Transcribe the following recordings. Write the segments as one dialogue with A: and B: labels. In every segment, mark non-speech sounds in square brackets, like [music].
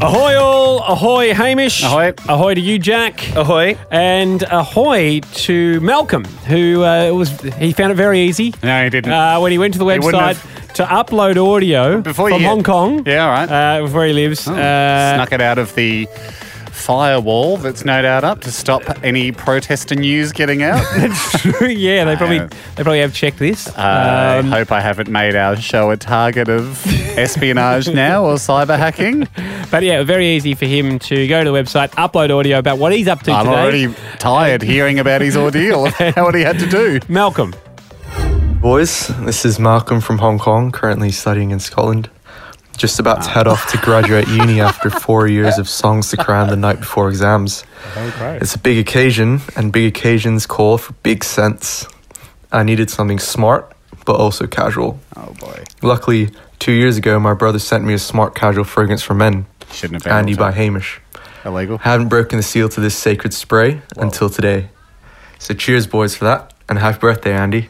A: Ahoy, all. Ahoy, Hamish.
B: Ahoy.
A: Ahoy to you, Jack.
B: Ahoy.
A: And ahoy to Malcolm, who uh, was he found it very easy.
B: No, he didn't.
A: Uh, when he went to the
B: He wouldn't
A: website to upload audio
B: Before
A: from
B: you-
A: Hong Kong.
B: Yeah, Oh, all right.
A: Uh, where he lives. uh,
B: Snuck it out of the firewall that's no doubt up to stop any protester news
A: [laughs]
B: getting out.
A: [laughs] yeah, they probably
B: Uh,
A: they probably have checked this.
B: I
A: Um,
B: hope I haven't made our show a
A: [laughs]
B: target of espionage now or cyber hacking.
A: Uh, But yeah, very easy for him to go to the website, upload audio about what he's up to
B: I'm
A: today.
B: already tired hearing about his ordeal
A: [laughs]
B: and what he had to do.
A: Malcolm.
C: Boys, this is Malcolm from Hong Kong, currently studying in Scotland. Just about to head off to graduate uni after four years of songs to cram the night before exams.
B: Oh,
C: It's a big occasion, and big occasions call for big sense. I needed something smart, but also casual.
B: Oh boy,
C: Luckily, two years ago, my brother sent me a smart casual fragrance for men,
B: shouldn't have been
C: Andy
B: able
C: by
B: to.
C: Hamish.
B: illegal.
C: Haven't broken the seal to this sacred spray until today. So cheers, boys, for that, and happy birthday, Andy.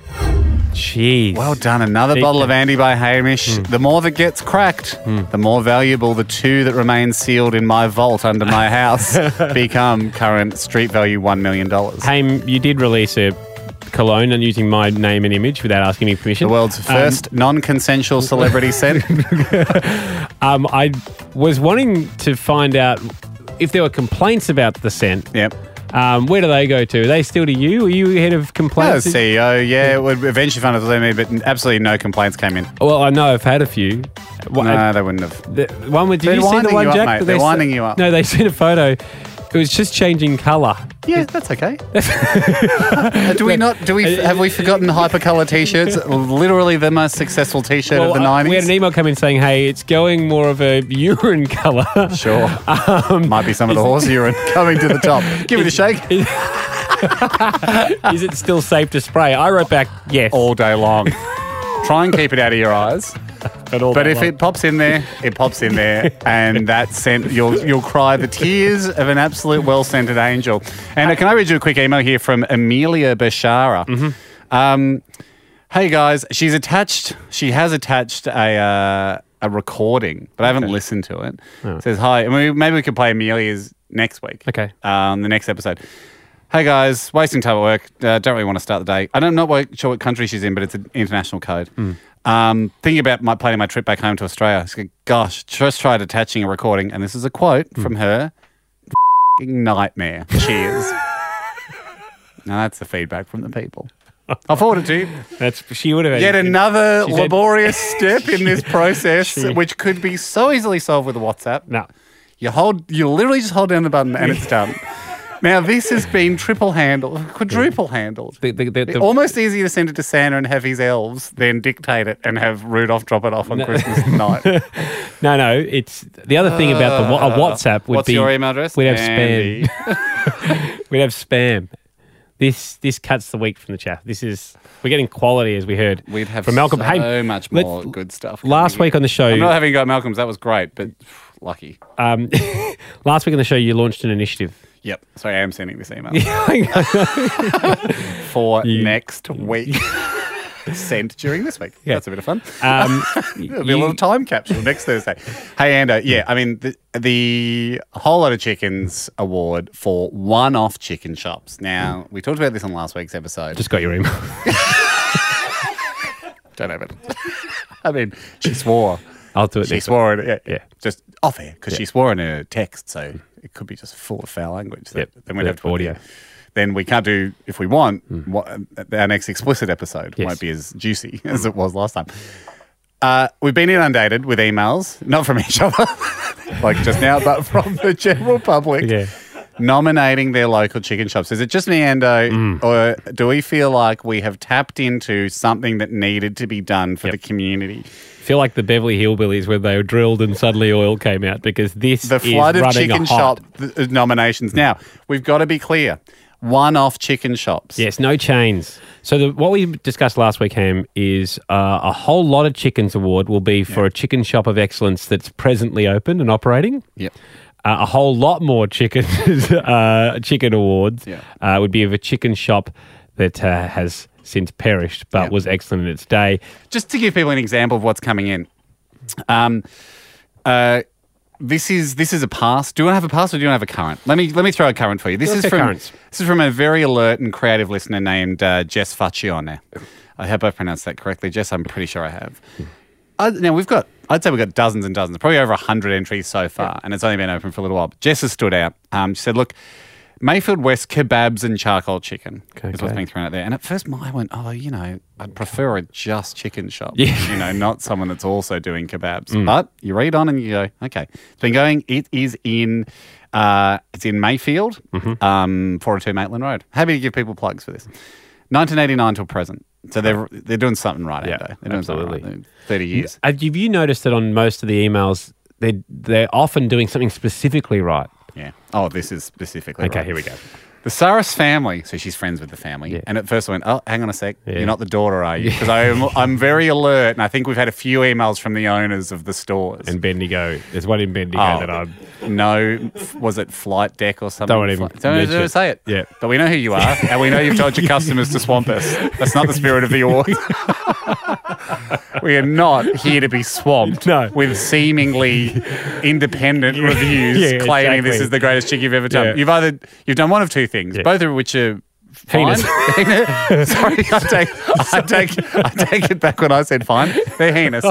A: Jeez.
B: Well done. Another
A: Cheap.
B: bottle of Andy by Hamish.
A: Hmm.
B: The more that gets cracked, the more valuable the two that remain sealed in my vault under my house
A: [laughs]
B: become current street value $1 million.
A: Haim, you did release a cologne and using my name and image without asking me permission.
B: The world's first non consensual
A: [laughs]
B: celebrity scent.
A: Um, I was wanting to find out if there were complaints about the scent.
B: yep.
A: Um, where do they go to? Are they still to you? Are you head of
B: Oh,
A: complaints?
B: CEO, yeah, it would eventually find it was me, but absolutely no complaints came in.
A: well, I know I've had a few. What- uh,
B: No, they wouldn't have.
A: The one with did
B: They're
A: you see the
B: winding
A: one
B: you up,
A: Jack?
B: mate.
A: that
B: They're
A: they
B: winding
A: se-
B: you up.
A: No, they [laughs] sent a photo. It was just changing colour.
B: Yeah, that's okay. [laughs] do we not? Do we? Have we forgotten hypercolor T-shirts? Literally the most successful T-shirt of the
A: I- uh, we had an
B: nineties.
A: email come in saying, "Hey, it's going more of a urine [laughs] colour."
B: Sure, might be some of the horse urine coming to the top. Um, [laughs] Give it a shake
A: Is it still safe to spray? I wrote back, "Yes."
B: all day long. Try and keep it out of your eyes.
A: at all
B: But
A: day
B: if
A: long.
B: it pops in there, it pops in there, and [laughs] that scent you'll you'll cry the tears of an absolute well scented angel. And uh, can I read you a quick email here from Amelia Bashara? Um, hey guys, she's attached. She has attached a. Uh, a recording, but I haven't listened to it. It says hi. I mean, maybe we could play Amelia's next week.
A: Okay.
B: Um, the next episode. Hey guys, wasting time at work. Uh, don't really want to start the day. I don't, I'm not wa- sure what country she's in, but it's an international code. Um, thinking about my planning my trip back home to Australia. She's like, Gosh, just tried attaching a recording, and this is a quote from her. "F***ing Nightmare. Cheers. now that's the feedback from the people. I'll forward it to you.
A: That's she would have.
B: Yet another
A: she said- [laughs]
B: laborious step in this process,
A: She-
B: which could be so easily solved with WhatsApp.
A: No.
B: You hold, you literally just hold down the button
A: [laughs]
B: and it's done. now this has been triple handled, quadruple handled.
A: The- the- the- the-
B: Almost easier to send it to Santa and have his elves than dictate it and have Rudolph drop it off
A: [laughs]
B: on Christmas night.
A: No, no. It's the other thing about the wa- a WhatsApp would
B: Uh, What's
A: be
B: your email address?
A: We'd have
B: Andy.
A: spam. we'd have spam. [laughs] This this cuts the wheat from the chaff. This is we're getting quality as we heard.
B: We'd have
A: from Malcolm.
B: so
A: Hey,
B: much
A: let-
B: more good stuff.
A: Last
B: coming
A: week on the show,
B: in. I'm not having a go at Malcolm's. That was great, but [sighs] lucky.
A: um, last week on the show, you launched an
B: [laughs]
A: initiative.
B: Yep. Sorry, I am sending this
A: [laughs]
B: email
A: yeah,
B: for next
A: [laughs]
B: week. Sent during this week.
A: Yeah.
B: That's a bit of fun.
A: um,
B: [laughs] It'll be a little time capsule next Thursday. [laughs] Hey, Ando. Yeah, I mean, the, the Whole Lot of Chickens award for one off chicken shops. Now, we talked about this on last week's episode.
A: Just got your email. [laughs]
B: don't have it. [laughs] I mean, she swore.
A: I'll do it
B: She
A: next.
B: swore in it. Yeah.
A: Yeah.
B: Just off air because she swore in her text. So it could be just full of foul language. that-
A: Yep,
B: Then we'd
A: yeah,
B: have to put
A: audio. Hmm.
B: the- Then we can't do, if we want, what, our next explicit episode
A: Yes.
B: won't be as juicy [laughs] as it was last time. Uh, we've been inundated with emails, not from [laughs] each other, like just now, but from the general public
A: Yeah.
B: nominating their local chicken shops. Is it just me, Ando,
A: Mm.
B: or do we feel like we have tapped into something that needed to be done for the community?
A: I feel like the Beverly Hillbillies when they were drilled and suddenly oil came out because this
B: the
A: is
B: flood of
A: running
B: chicken uh,
A: hot.
B: shop th- nominations. Now, we've got to be clear. one-off chicken shops.
A: Yes, no chains. So the, what we discussed last week, Ham, is uh, a whole lot of chickens award will be for a chicken shop of excellence that's presently open and operating.
B: Yep.
A: Uh, a whole lot more chicken [laughs] uh, chicken awards
B: Yeah.
A: uh, would be of a chicken shop that uh, has since perished, but
B: Yeah.
A: was excellent in its day.
B: Just to give people an example of what's coming in. Um, uh, this is this is a pass. Do you want to have a pass or do you want to have a current? Let me let me throw a current for you. This
A: Let's
B: is
A: go
B: from
A: currents.
B: this is from a very alert and creative listener named uh, Jess Faccione. I hope I pronounced that correctly, Jess. I'm pretty sure I have. Uh, now we've got I'd say we've got dozens and dozens, probably over hundred entries so far, and it's only been open for a little while. But Jess has stood out. Um, she said, "Look, Mayfield West kebabs and charcoal chicken
A: Okay,
B: is what's
A: okay.
B: being thrown out there." And at first, my went, "Oh, you know, I'd prefer a just chicken shop."
A: Yeah. Mm.
B: you know, not someone that's also doing kebabs. But you read on and you go, okay, it's been going. It is in, uh, it's in Mayfield,
A: Mm-hmm.
B: um, 402 Maitland Road. Happy to give people plugs for this. 1989 till present. So they're they're doing something right
A: Yeah,
B: out there. They're doing something
A: absolutely.
B: right. They're Thirty years.
A: Uh, Have you have you noticed that on most of the emails, they they're often doing something specifically right?
B: Yeah. Oh, this is specifically.
A: Okay,
B: right.
A: here we go.
B: The Saras family, so she's friends with the family.
A: Yeah.
B: And at first I went, oh, hang on a sec.
A: Yeah.
B: You're not the daughter, are you? Because I'm, I'm very alert. And I think we've had a few emails from the owners of the stores.
A: And Bendigo, there's one in Bendigo
B: Oh,
A: that I'm.
B: no, f- was it flight deck or something?
A: Don't even
B: Fli- don't,
A: mention
B: don't
A: it.
B: say it.
A: Yeah.
B: but we know who you are,
A: [laughs]
B: and we know you've told your customers to swamp us. That's not the spirit of the award. we are not here to be swamped
A: No.
B: with seemingly independent reviews
A: Yeah,
B: claiming
A: exactly.
B: this is the greatest chick you've ever done.
A: Yeah.
B: You've either you've done one of two things,
A: Yeah.
B: both of which are. Fine.
A: Heinous.
B: [laughs] Sorry, I take, I take, I take it back when I said fine. They're heinous.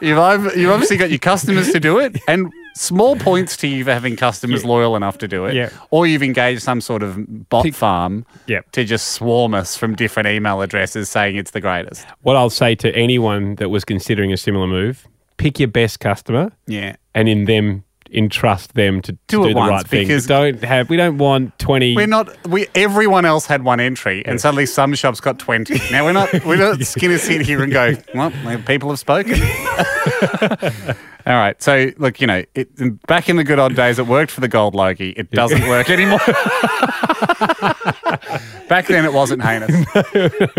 B: You've, ob- you've obviously got your customers to do it, and small points to you for having customers loyal enough to do it.
A: Yeah.
B: Or you've engaged some sort of bot farm
A: Yep.
B: to just swarm us from different email addresses saying it's the greatest.
A: What I'll say to anyone that was considering a similar move: pick your best customer,
B: Yeah.
A: and in them entrust them to to
B: Do
A: do,
B: it
A: the
B: once,
A: right thing.
B: because-
A: Don't have. We don't want twenty.
B: We're not. We everyone else had one entry, and suddenly some shops got twenty. Now we're not.
A: [laughs]
B: We're not skin to sit here and go. Well, people have spoken. All right. So look, you know, it, back in the good old days, it worked for the gold Logie. It doesn't
A: [laughs]
B: work anymore. back then, it wasn't
A: [laughs]
B: heinous.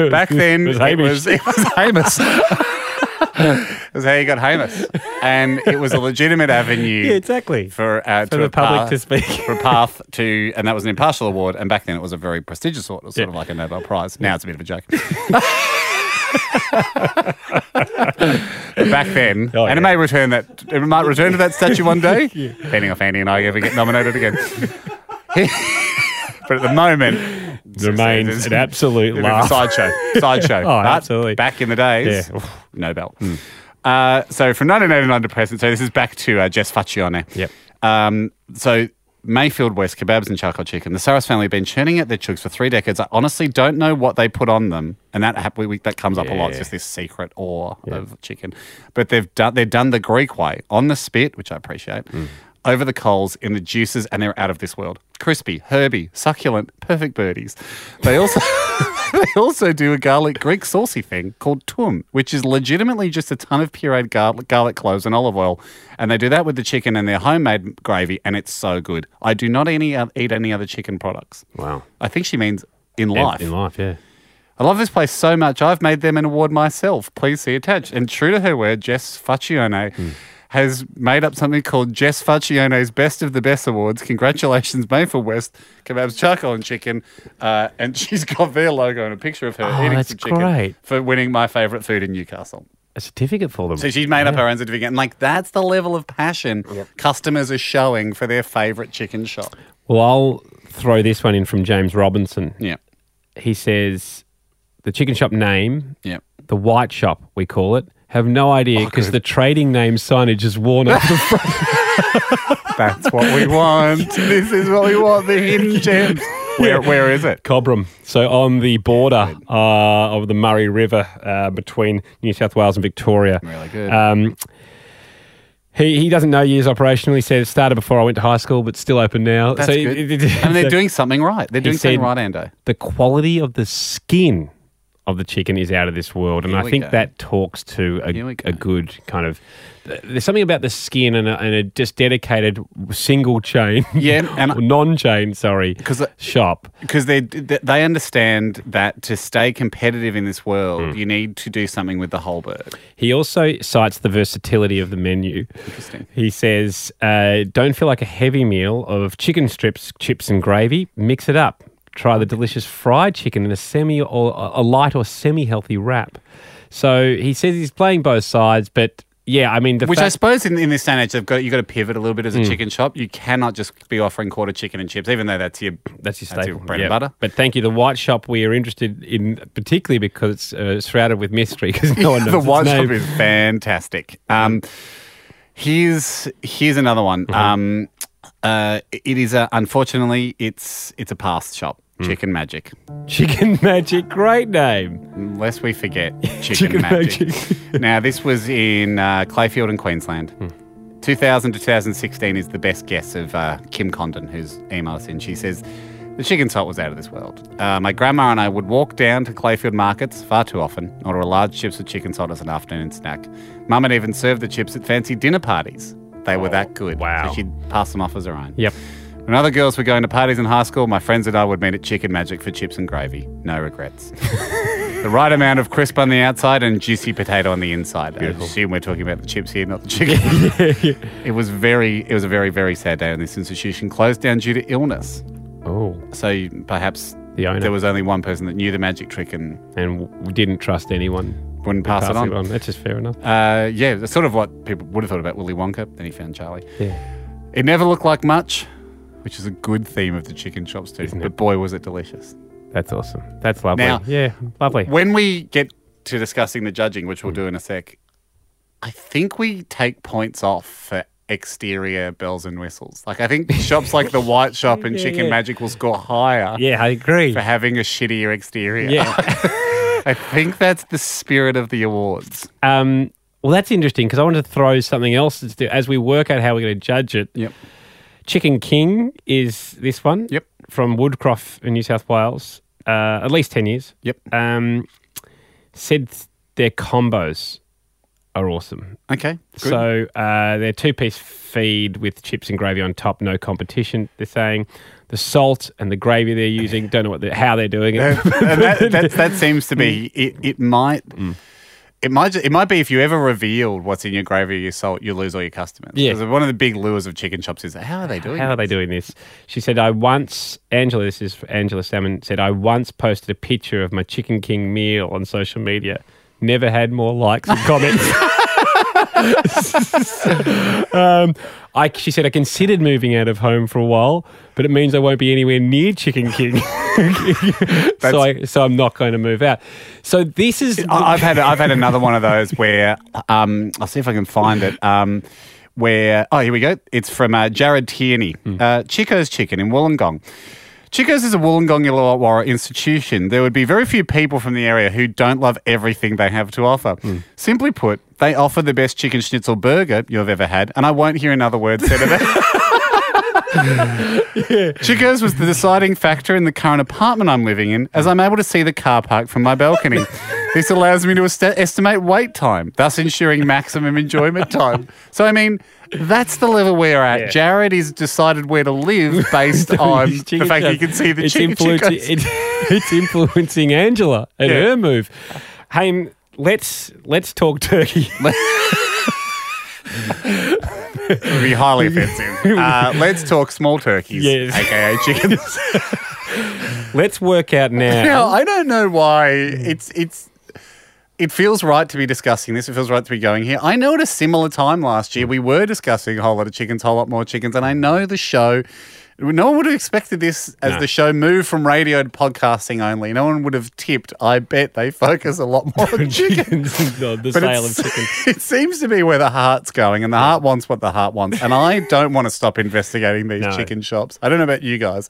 B: Back then,
A: was
B: it was
A: Hamish.
B: it was
A: [laughs]
B: heinous. [laughs] It was how you got heinous, and it was a legitimate avenue
A: [laughs] Yeah,
B: [laughs]
A: exactly.
B: for uh,
A: For
B: to
A: the
B: a
A: public
B: path-
A: to speak.
B: [laughs] for a path to, and that was an impartial award. And back then, it was a very prestigious award. It was sort
A: Yeah.
B: of like a Nobel Prize. Now it's a bit of
A: [laughs]
B: a joke. But back then,
A: Oh, yeah.
B: and it may return that it might return to that statue one day,
A: [laughs]
B: depending if Andy and I ever get nominated again. [laughs] but at the moment,
A: remains an
B: [laughs]
A: absolute
B: Bit of a
A: laugh.
B: Sideshow.
A: [laughs]
B: Sideshow.
A: Oh,
B: But
A: absolutely.
B: Back in the days,
A: Yeah.
B: Nobel. Uh, so from 1989 to present, so this is back to uh, Jess Faccione.
A: Yep.
B: Um, so Mayfield West kebabs and charcoal chicken. The Saras family have been churning out their chooks for three decades. I honestly don't know what they put on them, and that hap- we, we, that comes up a lot. It's
A: Yeah.
B: just this secret awe of chicken. But they've done they've done the Greek way on the spit, which I appreciate.
A: Mm.
B: Over the coals, in the juices, and they're out of this world. Crispy, herby, succulent, perfect birdies. They also [laughs] they also do a garlic Greek saucy thing called tum, which is legitimately just a ton of pureed garlic, garlic cloves and olive oil, and they do that with the chicken and their homemade gravy, and it's so good. I do not any oth- eat any other chicken products.
A: Wow.
B: I think she means in
A: Yeah,
B: life.
A: In life, yeah.
B: I love this place so much. I've made them an award myself. Please see attached. And true to her word, Jess Faccione has made up something called Jess Faccione's Best of the Best Awards. Congratulations, [laughs] Mayfield West Kebabs Charcoal and Chicken. Uh, and she's got their logo and a picture of her
A: Oh,
B: eating
A: that's
B: some chicken
A: great.
B: for winning my favourite food in Newcastle.
A: A certificate for them.
B: So she's made up her own certificate. And like that's the level of passion customers are showing for their favourite chicken shop.
A: well, I'll throw this one in from James Robinson.
B: Yeah.
A: He says the chicken shop name,
B: Yeah.
A: the white shop, we call it, have no idea because the trading name signage is worn off the
B: [laughs]
A: front.
B: That's what we want. [laughs] this is what we want, the hidden gems. Where, where is it?
A: Cobram. So on the border uh, of the Murray River uh, between New South Wales and Victoria.
B: Really good.
A: Um, he, he doesn't know years operational. He said it started before I went to high school, but still open now.
B: That's
A: so
B: good.
A: [laughs] it- it-
B: and they're
A: so
B: doing something right. They're doing
A: said-
B: something right, Ando.
A: the quality of the skin of the chicken is out of this world, and
B: Here
A: I
B: we
A: think
B: go.
A: that talks to a,
B: Here we go.
A: a good kind of. There's something about the skin and a, and a just dedicated single chain, [laughs]
B: Yeah, and-
A: non chain, sorry,
B: [laughs] 'Cause the-
A: shop.
B: because they they understand that to stay competitive in this world,
A: Hmm.
B: you need to do something with the whole bird.
A: He also cites the versatility of the menu.
B: Interesting.
A: He says, uh, "Don't feel like a heavy meal of chicken strips, chips, and gravy. Mix it up. Try the delicious fried chicken in a semi or a light or semi-healthy wrap." So he says he's playing both sides, but yeah, I mean, the
B: Which I
A: fact- Hmm.
B: suppose in, in this day and age, they've got, you've got to pivot a little bit as a chicken shop. You cannot just be offering quarter chicken and chips, even though that's your
A: [clears throat] That's your staple.
B: bread
A: yeah.
B: and butter.
A: But thank you. The white shop we are interested in, particularly because it's uh, shrouded with mystery, because [laughs]
B: [laughs]
A: no one knows
B: the
A: its
B: wine shop
A: name. Hmm.
B: is fantastic. Um, here's here's another one.
A: Mm-hmm.
B: Um, uh, it is a, unfortunately it's it's a past shop.
A: Hmm.
B: Chicken Magic.
A: Chicken Magic, great name.
B: Lest
A: [laughs]
B: we forget Chicken,
A: Chicken
B: Magic.
A: Magic.
B: [laughs]
A: Hmm.
B: now this was in uh, Clayfield in Queensland. 2000 to 2016 is the best guess of uh, Kim Condon, who's emailed us in. She says, The chicken salt was out of this world. Uh, my grandma and I would walk down to Clayfield markets far too often, order a large chips with chicken salt as an afternoon snack. Mum had even served the chips at fancy dinner parties. They were that good.
A: Oh, wow.
B: So she'd pass them off as her own.
A: Yep.
B: When other girls were going to parties in high school, my friends and I would meet at Chicken Magic for chips and gravy.
A: [laughs]
B: No regrets. the right amount of crisp on the outside and juicy potato on the inside. I assume we're talking about the chips here, not
A: [laughs]
B: the chicken. It was very, it was a very, very sad day when this institution closed down due to illness.
A: Oh,
B: So you- perhaps
A: The owner.
B: there was only one person that knew the magic trick and
A: and we didn't trust anyone.
B: wouldn't pass,
A: Pass
B: it on.
A: it on. That's just fair enough.
B: Uh, yeah, that's sort of what people would have thought about Willy Wonka. Then he found Charlie.
A: Yeah.
B: It never looked like much, which is a good theme of the chicken shops too. But boy, was it delicious.
A: That's awesome. That's lovely.
B: Now-
A: yeah, lovely.
B: When we get to discussing the judging, which we'll do in a sec, I think we take points off for exterior bells and whistles. Like I
A: [laughs]
B: think shops like the White Shop and
A: Yeah,
B: Chicken
A: yeah.
B: Magic will score higher
A: Yeah, I agree.
B: for having a shittier exterior.
A: Yeah.
B: [laughs] I think that's the spirit of the awards.
A: um, well, that's interesting because I wanted to throw something else into, as we work out how we're going to judge it.
B: Yep.
A: Chicken King is this one.
B: Yep.
A: From Woodcroft in New South Wales, uh, at least 10 years.
B: Yep.
A: Um, said th- their combos are awesome.
B: Okay. Good.
A: So uh, their two piece feed with chips and gravy on top, no competition, they're saying. The salt and the gravy they're using, don't know what they're, how they're doing it. [laughs]
B: And that, that, that seems to
A: Mm.
B: be it. It might. It might, ju- it might be if you ever revealed what's in your gravy or your salt, you lose all your customers.
A: Yeah.
B: 'Cause one of the big lures of chicken shops is how are they doing
A: How are they doing this? She said, I once, Angela, this is Angela Salmon, said, I once posted a picture of my Chicken King meal on social media. Never had more likes and
B: [laughs]
A: comments. [laughs] um, I, she said, I considered moving out of home for a while, but it means I won't be anywhere near Chicken King. [laughs] so, I, so I'm not going to move out. So this is.
B: I- I've had I've had another one of those where um, I'll see if I can find it. Um, where oh here we go. It's from uh, Jared Tierney, uh, Chico's Chicken in Wollongong. Chico's is a Wollongong Illawarra institution. There would be very few people from the area who don't love everything they have to offer. Simply put, they offer the best chicken schnitzel burger you've ever had, and I won't hear another word said about it. Chico's was the deciding factor in the current apartment I'm living in, as I'm able to see the car park from my balcony. this allows me to est- estimate wait time, thus ensuring maximum enjoyment time. So, I mean, that's the level we're at.
A: Yeah.
B: Jared is decided where
A: [laughs]
B: to live based on
A: These chicken
B: the fact that you
A: shops.
B: can see the
A: it's
B: chicken
A: influencing,
B: Chico's.
A: it- [laughs] it's influencing Angela and
B: Yeah.
A: her move. Hey, let's let's talk
B: [laughs]
A: turkey.
B: It would be highly offensive. Uh, let's talk small turkeys,
A: Yes.
B: aka chickens.
A: let's work out
B: [laughs]
A: now. [laughs]
B: Now, I don't know why it's it's it feels right to be discussing this. It feels right to be going here. I know at a similar time last year we were discussing a whole lot of chickens, a whole lot more chickens, and I know the show. No one would have expected this as
A: No.
B: the show moved from radio to podcasting only. No one would have tipped. I bet they focus a lot more on chickens.
A: No, the
B: But
A: sale of
B: it's-
A: chicken.
B: [laughs] It seems to be where the heart's going, and the heart wants what the heart wants.
A: [laughs]
B: And I don't want to stop investigating these
A: No. Hmm.
B: chicken shops. I don't know about you guys.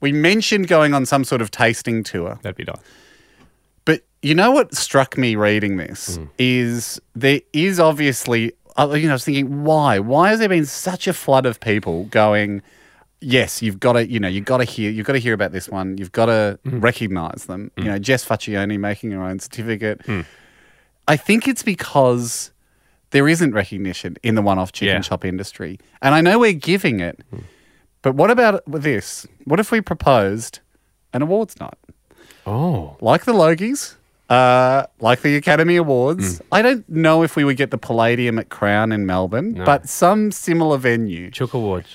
B: We mentioned going on some sort of tasting tour,
A: That'd be nice.
B: but you know what struck me reading this is there is uh, obviously, I- you know, I was thinking, why? Why has there been such a flood of people going? yes, you've got to, you know, you've got to hear, you've got to hear about this one. You've got to recognize them. You know, Jess Faccioni making her own certificate. I think it's because there isn't recognition in the one-off chicken
A: Yeah.
B: shop industry, and I know we're giving it, but what about this? What if we proposed an awards night?
A: Oh.
B: like the Logies, uh, like the Academy Awards. I don't know if we would get the Palladium at Crown in Melbourne, but some similar venue,
A: Chook Awards.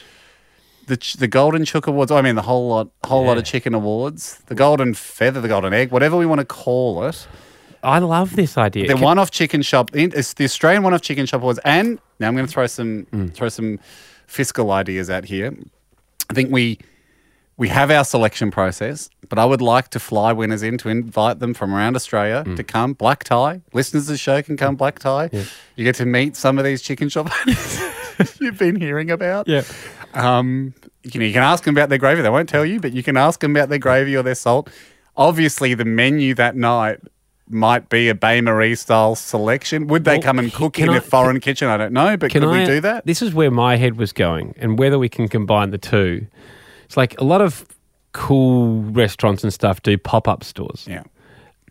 B: the ch- the Golden Chook Awards. I mean, the whole lot, whole lot of
A: Yeah.
B: chicken awards, the Golden Feather, the Golden Egg, whatever we want to call it.
A: I love this idea.
B: The
A: Can-
B: one-off chicken shop, the- it's the Australian one-off chicken shop awards, and now I'm going to throw some throw some fiscal ideas out here. I think we we have our selection process, but I would like to fly winners in to invite them from around Australia to come black tie. Listeners of the show can come black tie. You get to meet some of these chicken shop owners [laughs] you've been hearing about.
A: Yeah.
B: Um, you know, you can ask them about their gravy. They won't tell you, but you can ask them about their gravy or their salt. Obviously, the menu that night might be a Bay Marie style selection. Would they
A: Well,
B: come and cook
A: can
B: in a
A: I-
B: foreign kitchen? I don't know, but
A: Can
B: could
A: I,
B: we do that?
A: This is where my head was going, and whether we can combine the two. It's like a lot of cool restaurants and stuff do pop up stores
B: yeah,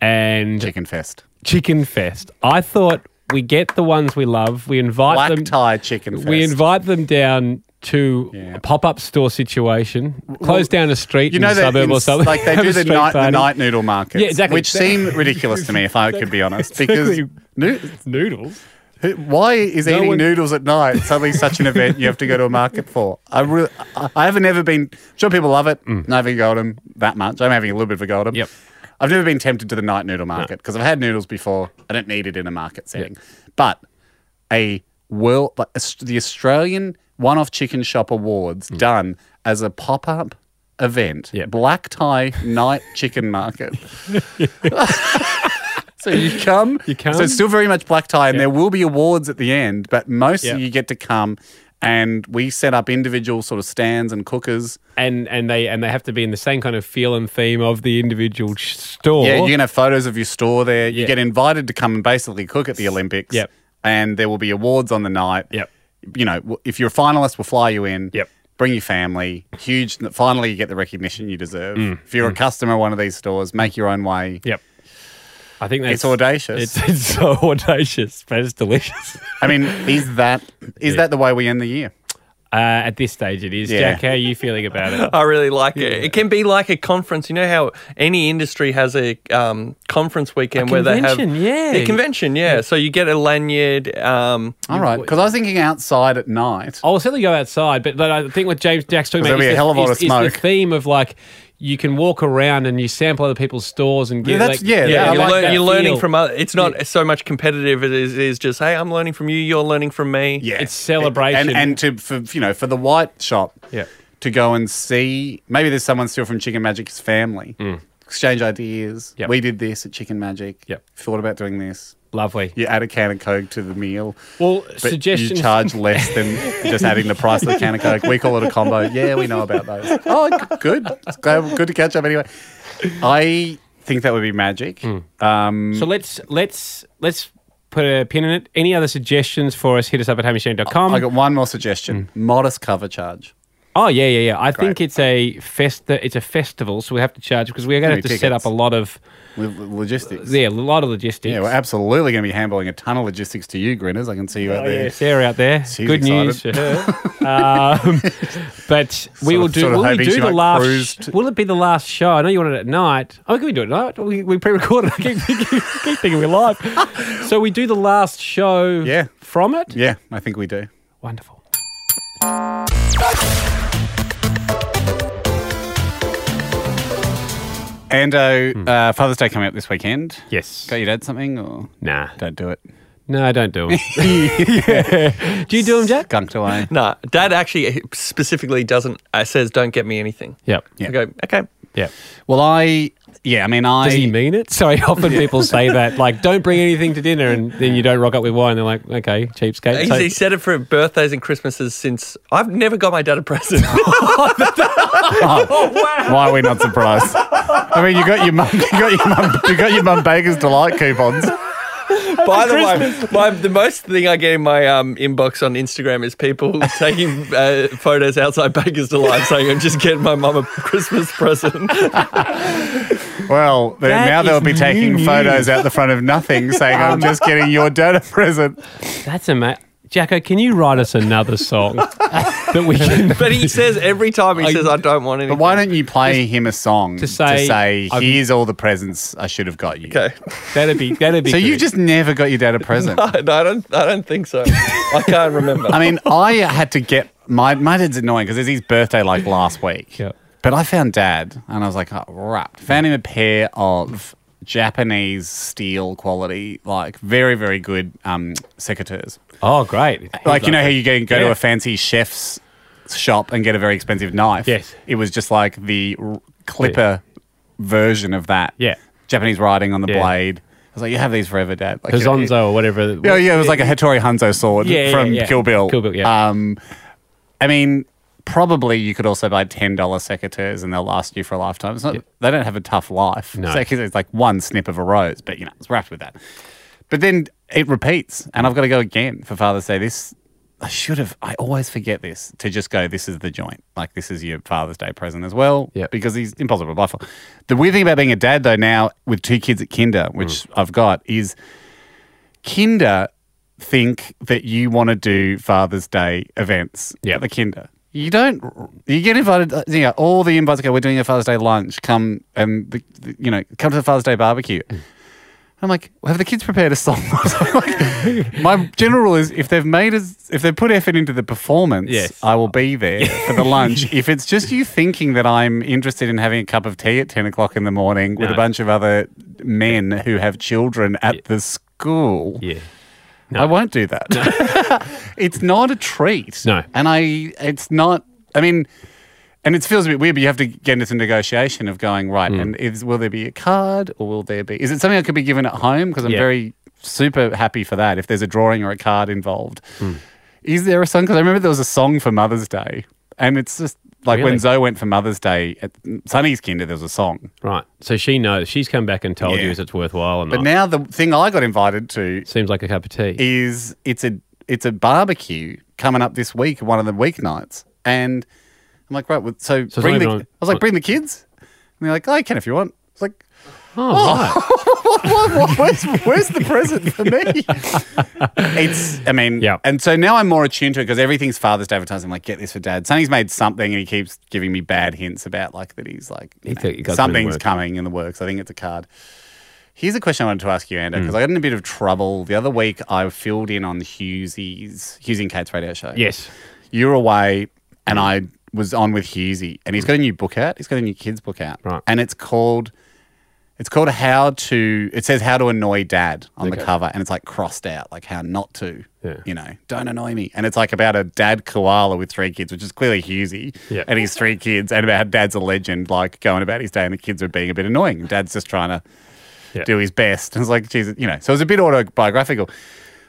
A: and
B: chicken fest,
A: Chicken Fest. I thought we get the ones we love. We invite
B: black
A: them.
B: tie chicken fest.
A: We invite them down to
B: Yeah.
A: a pop-up store situation. Close down a street
B: You know
A: in a
B: that
A: suburb
B: in-
A: or something.
B: like
A: [laughs]
B: they
A: have
B: do
A: a
B: the
A: street
B: night, the
A: party. [laughs]
B: night noodle markets,
A: Yeah, exactly.
B: which seem ridiculous to me if I could be honest. Because
A: [laughs] Exactly.
B: noo-
A: noodles.
B: who- why is
A: No
B: eating
A: one-
B: noodles at night suddenly such an event you have to go to a market for? I re- I I haven't ever been. Sure, people love it. Never got them that much. I'm having a little bit of a golden.
A: Mm. Yep.
B: I've never been tempted to the night noodle market because I've had noodles before. I don't need it in a market setting. But a world, like, Aus- the Australian one-off chicken shop awards
A: Mm.
B: done as a pop-up event,
A: Yep.
B: black tie night chicken
A: [laughs]
B: market. [laughs] so you come,
A: You come.
B: So it's still very much black tie, and there will be awards at the end, but mostly
A: Yep.
B: you get to come. And we set up individual sort of stands and cookers.
A: And and they and they have to be in the same kind of feel and theme of the individual sh- store.
B: Yeah, you can have photos of your store there. You
A: Yeah.
B: get invited to come and basically cook at the Olympics.
A: Yep.
B: And there will be awards on the night.
A: Yep.
B: You know, w- if you're a finalist, we'll fly you in.
A: Yep.
B: Bring your family. Huge. Finally, you get the recognition you deserve.
A: Mm.
B: If you're a customer of one of these stores, make your own way.
A: Yep. I think that's
B: It's audacious.
A: It's, it's [laughs] so audacious, but it's
B: [laughs]
A: delicious.
B: I mean, is that is that the way we end the year?
A: Uh, at this stage, it is.
B: Yeah.
A: Jack, how are you feeling about it?
D: I really like it. It can be like a conference. You know how any industry has a um, conference weekend where they have
A: convention, yeah.
D: a convention, yeah. So you get a lanyard. Um,
B: All right, because I was thinking outside at night.
A: I'll certainly go outside, but, but I think what James Jack's talking
B: There'll
A: about
B: be
A: is,
B: a
A: the,
B: hell of a lot
A: is-
B: of
A: is the
B: smoke.
A: theme of like you can walk around and you sample other people's stores and get
B: Yeah, that's-
A: like,
B: yeah,
D: yeah,
B: I
D: you're,
B: like
D: lear-
B: that
D: you're learning
A: feel.
D: from other. It's not so much competitive. It is, it is just, hey, I'm learning from you. You're learning from me.
B: Yeah,
A: It's celebration.
B: and and to for you know for the white shop,
A: Yeah.
B: to go and see maybe there's someone still from Chicken Magic's family, exchange ideas.
A: Mm. Yep.
B: We did this at Chicken Magic.
A: Yep.
B: thought about doing this.
A: lovely.
B: You add a can of Coke to the meal.
A: Well,
B: But
A: suggestions.
B: you charge less than just adding the price of the can of Coke. We call it a combo. Yeah, we know about those. Oh, g- good. It's Glad, good to catch up anyway. I think that would be magic.
A: Mm.
B: Um,
A: so let's let's let's put a pin in it. Any other suggestions for us? Hit us up at hamishane.com.
B: I got one more suggestion.
A: mm.
B: Modest cover charge.
A: Oh yeah, yeah, yeah. I think it's a festa. It's a festival, so we have to charge because we're going to
B: Gonna
A: have to
B: be
A: set up
B: tickets.
A: a lot of
B: With with logistics.
A: yeah, a lot of logistics.
B: Yeah, we're absolutely going to be handballing a ton of logistics to you, Grinners. I can see you out
A: Oh,
B: there.
A: yeah, Sarah out there.
B: She's
A: Good news for
B: excited.
A: her. um,
B: [laughs]
A: but we
B: Sort
A: will
B: of-
A: do.
B: sort of
A: will we
B: hoping
A: do
B: she
A: the
B: might
A: last?
B: cruise
A: sh- will it be the last show? I know you want it at night. Oh, can we do it at night? We, we pre-recorded. I keep thinking, [laughs] keep thinking we're live. So we do the last show.
B: Yeah.
A: From it.
B: Yeah, I think we do.
A: Wonderful.
B: Ando,
A: Hmm.
B: uh, Father's Day coming up this weekend.
A: Yes.
B: Got your dad something or
A: Nah.
B: don't do it?
A: No, don't
B: [laughs]
A: do them. yeah. Do [laughs] you do them, Jack?
B: Gunked away.
D: Nah, Dad actually specifically doesn't. Uh, says, don't get me anything.
A: Yep.
B: Yeah.
D: I go, okay.
A: Yep.
B: Well, I, yeah, I mean, I.
A: Does he mean it? Sorry, [laughs] often people say that, like, don't bring anything to dinner, and then you don't rock up with wine. They're like, okay, cheapskate.
D: He's,
A: So-
D: he said it for birthdays and Christmases since I've never got my dad a present.
B: [laughs]
D: [laughs]
B: Why are we not [laughs] surprised? I mean, you got your mum, you got your mum, you got your mum Baker's delight coupons.
D: [laughs] By the way, my, the most thing I get in my um, inbox on Instagram is people [laughs] taking uh, photos outside Baker's Delight saying, I'm just getting my mum a Christmas present. [laughs]
B: Well, then
A: That
B: now they'll
A: is
B: be
A: new
B: taking
A: news.
B: photos out the front of nothing saying, I'm just getting your donut present.
A: That's a ma- Jacko, can you write us another
B: [laughs]
A: song that we can
D: But he says every time he
A: I-
D: says, I don't want anything.
B: But why don't you play him a song to
A: say,
B: say,
A: I've-
B: here's all the presents I should have got you?
D: Okay. [laughs]
A: that'd be that'd be
B: So you
A: good.
B: just never got your dad a present.
D: No, I don't, I don't think so. I can't remember.
B: [laughs] I mean, I had to get my my dad's annoying because it's his birthday like last week.
A: Yep.
B: But I found dad and I was like, oh, right. Found him a pair of Japanese steel quality, like very very good um, secateurs.
A: Oh great.
B: Like you know how you go, go
A: Yeah.
B: to a fancy chef's shop and get a very expensive knife.
A: Yes.
B: It was just like the r- clipper version of that.
A: Yeah.
B: Japanese writing on the
A: Yeah.
B: blade. I was like, you have these forever, dad. Like, you know, it-
A: Hazonzo or whatever.
B: yeah, yeah, it was like a Hattori Hanzo sword
A: Yeah, yeah,
B: from
A: yeah.
B: Kill Bill.
A: Kill Bill, yeah.
B: Um, I mean, probably you could also buy ten dollar secateurs and they'll last you for a lifetime. It's not, They don't have a tough life.
A: No.
B: Secateurs, it's like one snip of a rose, but you know it's wrapped with that. But then it repeats, and I've got to go again for Father's Day. This I should have. I always forget this to just go. This is the joint. Like this is your Father's Day present as well.
A: Yep.
B: Because he's impossible to buy for. The weird thing about being a dad though now with two kids at Kinder, which
A: Mm.
B: I've got, is kinder think that you want to do Father's Day events
A: Yeah.
B: at the kinder. You don't. You get invited. uh, You know, all the invites go. We're doing a Father's Day lunch. Come and the, the- you know, come to the Father's Day barbecue.
A: Mm.
B: I'm like, well, have the kids prepared a song? [laughs] Like, my general rule is if they've made us, if they've put effort into the performance,
A: Yes.
B: I will be there for the lunch. If it's just you thinking that I'm interested in having a cup of tea at 10 o'clock in the morning with
A: No.
B: a bunch of other men who have children at the school,
A: Yeah.
B: I won't do that. [laughs] it's not a treat.
A: No.
B: And I, it's not, I mean, and it feels a bit weird, but you have to get into negotiation of going, right,
A: Mm.
B: and is, will there be a card or will there be, is it something that could be given at home? Because I'm
A: Yeah.
B: very super happy for that if there's a drawing or a card involved.
A: Mm.
B: Is there a song? Because I remember there was a song for Mother's Day, and it's just like
A: Really?
B: when Zoe went for Mother's Day at Sunny's Kinder, there was a song.
A: Right. So she knows. She's come back and told
B: Yeah.
A: you if it's worthwhile or not.
B: But now the thing I got invited to
A: Seems like a cup of tea.
B: is it's a it's a barbecue coming up this week, one of the weeknights, and I'm like, right, well, so,
A: it's
B: bring
A: not
B: the.
A: even on-
B: I was like, bring the kids, and they're like, oh, you can if you want. It's like,
A: oh,
B: what, [laughs] what, what, where's, where's the present for me?
A: [laughs]
B: It's, I mean,
A: Yeah.
B: And so now I'm more attuned to it because everything's Father's Day advertising. I'm like, get this for Dad. Sonny's made something, and he keeps giving me bad hints about like that he's like you
A: He
B: know,
A: took- he got something in the
B: something's
A: works.
B: coming in the works. I think it's a card. Here's a question I wanted to ask you, Ando,
A: Hmm.
B: because I got in a bit of trouble the other week. I filled in on Hughesy's Hughes and Kate's radio show.
A: yes.
B: you were away, and
A: Hmm.
B: I was on with Hughesy, and he's got a new book out. He's got a new kids book out,
A: Right.
B: And it's called it's called How to. It says How to Annoy Dad on the cover, and it's like crossed out, like how not to.
A: Yeah.
B: You know, don't annoy me. And it's like about a dad koala with three kids, which is clearly Husey,
A: Yeah.
B: and his three kids, and about how dad's a legend, like going about his day, and the kids are being a bit annoying. and Dad's just trying to
A: Yeah.
B: do his best. And it's like, Jesus, you know, so it was a bit autobiographical.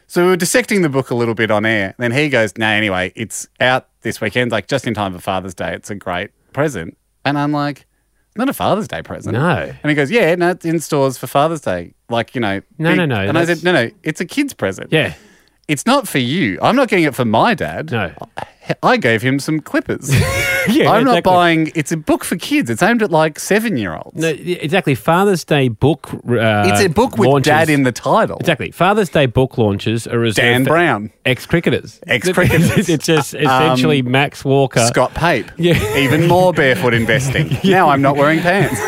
B: So we were dissecting the book a little bit on air. Then he goes, No, anyway, it's out this weekend, like just in time for Father's Day. It's a great present. And I'm like, "It's Not a Father's Day present.
A: No.
B: And he goes, Yeah, no, it's in stores for Father's Day. Like, you know.
A: No,
B: big-
A: no, no,
B: And I said,
A: that's-
B: No, no, it's a kid's present.
A: Yeah.
B: It's not for you. I'm not getting it for my dad. [laughs]
A: No.
B: I gave him some
A: [laughs]
B: clippers.
A: Yeah,
B: I'm
A: exactly.
B: not buying it's a book for kids. It's aimed at like seven year olds.
A: No, y- exactly. Father's Day book. Uh,
B: it's a book with
A: launches-
B: dad in the title.
A: Exactly. Father's Day book launches are reserved
B: Dan
A: for
B: Brown.
A: ex-cricketers.
B: Ex-cricketers.
A: [laughs]
B: Um,
A: it's
B: [laughs]
A: just essentially Max Walker.
B: Scott Pape.
A: Yeah.
B: [laughs] Even more
A: [laughs]
B: barefoot investing. Now I'm not wearing pants.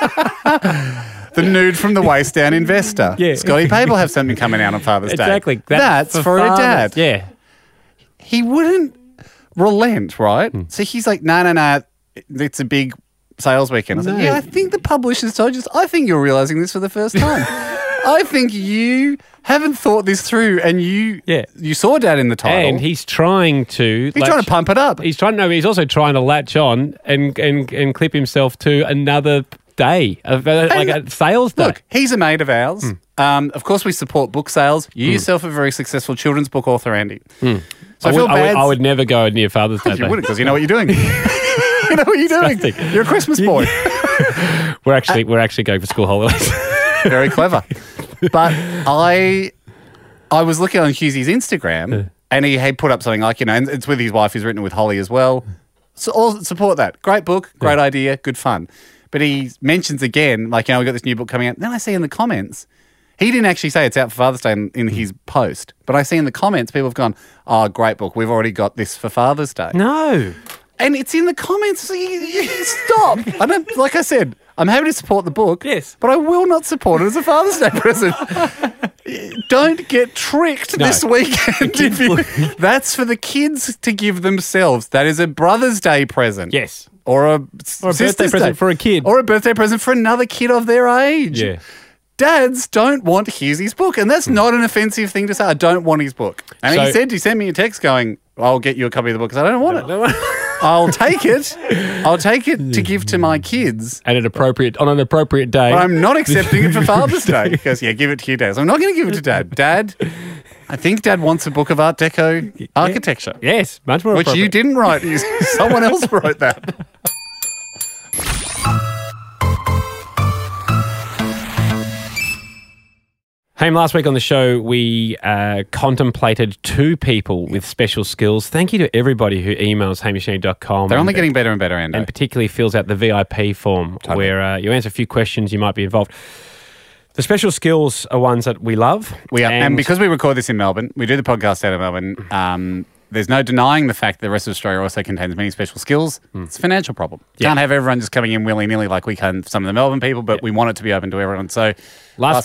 B: [laughs] the nude from the waist down investor.
A: Yeah.
B: Scotty Pape will have something coming out on Father's
A: Exactly.
B: Day. That's, for, a
A: fathers.
B: dad.
A: Yeah.
B: He wouldn't relent, right?
A: Hmm.
B: So he's like, no, no, no. It's a big sales weekend. I was like,
A: No.
B: yeah, I think the publishers told you. this. I think you're realizing this for the first
A: [laughs]
B: time. I think you haven't thought this through, and you
A: Yeah.
B: you saw Dad in the title.
A: And he's trying to.
B: he's trying to pump it up.
A: He's trying. No, he's also trying to latch on and and and clip himself to another day of uh, like a sales day.
B: Look, he's a mate of ours.
A: Hmm.
B: Um, of course, we support book sales. You yourself are very successful children's book author, Andy. So I,
A: Hmm. I,
B: feel
A: would, I, would,
B: bad.
A: I
B: [laughs]
A: would never go near Father's Day.
B: you
A: mate.
B: wouldn't because you know what you're doing. [laughs] you know what you're doing.
A: Disgusting.
B: You're a Christmas boy. [laughs]
A: We're actually we're actually going for school holidays.
B: very clever. but I I was looking on Hughesy's Instagram and he had put up something like, you know, and it's with his wife, he's written it with Holly as well. So all support that. Great book, great idea, good fun. But he mentions again, like, you know, we got this new book coming out. Then I see in the comments, he didn't actually say it's out for Father's Day in, in his post, but I see in the comments people have gone, oh, great book. We've already got this for Father's Day.
A: No.
B: And it's in the comments. So you- you- Stop. [laughs] I don't, like I said, I'm happy to support the book.
A: Yes.
B: But I will not support it as a Father's Day present. [laughs] don't get tricked this weekend. If you, [laughs] that's for the kids to give themselves. That is a Brother's Day present.
A: Yes.
B: Or
A: Or
B: a,
A: a birthday present for a kid.
B: Or a birthday present for another kid of their age.
A: Yeah.
B: [laughs] Dads don't want Hughesy's book, and that's not an offensive thing to say. I don't want his book. And he
A: So-
B: said he sent me a text going, "I'll get you a copy of the book because I don't want it. I'll take it. I'll take it to give to my kids.
A: At an appropriate on an appropriate day.
B: But I'm not accepting [laughs] it for Father's Day. He goes, yeah, give it to your dad. So I'm not going to give it to dad. Dad, I think dad wants a book of Art Deco architecture,
A: yes, much more
B: which you
A: appropriate.
B: didn't write. [laughs] You- Someone else wrote that.
A: Hey, last week on the show, we uh, contemplated two people with special skills. Thank you to everybody who emails hamishney.com.
B: They're only
A: and-
B: getting better and better, Ando.
A: and particularly fills out the VIP form where uh, you answer a few questions, you might be involved. The special skills are ones that we love.
B: We are, and, because we record this in Melbourne, we do the podcast out of Melbourne. Um, there's no denying the fact that the rest of Australia also contains many special skills. It's a financial problem. Can't have everyone just coming in willy nilly like we can some of the Melbourne people, but we want it to be open to everyone. So last,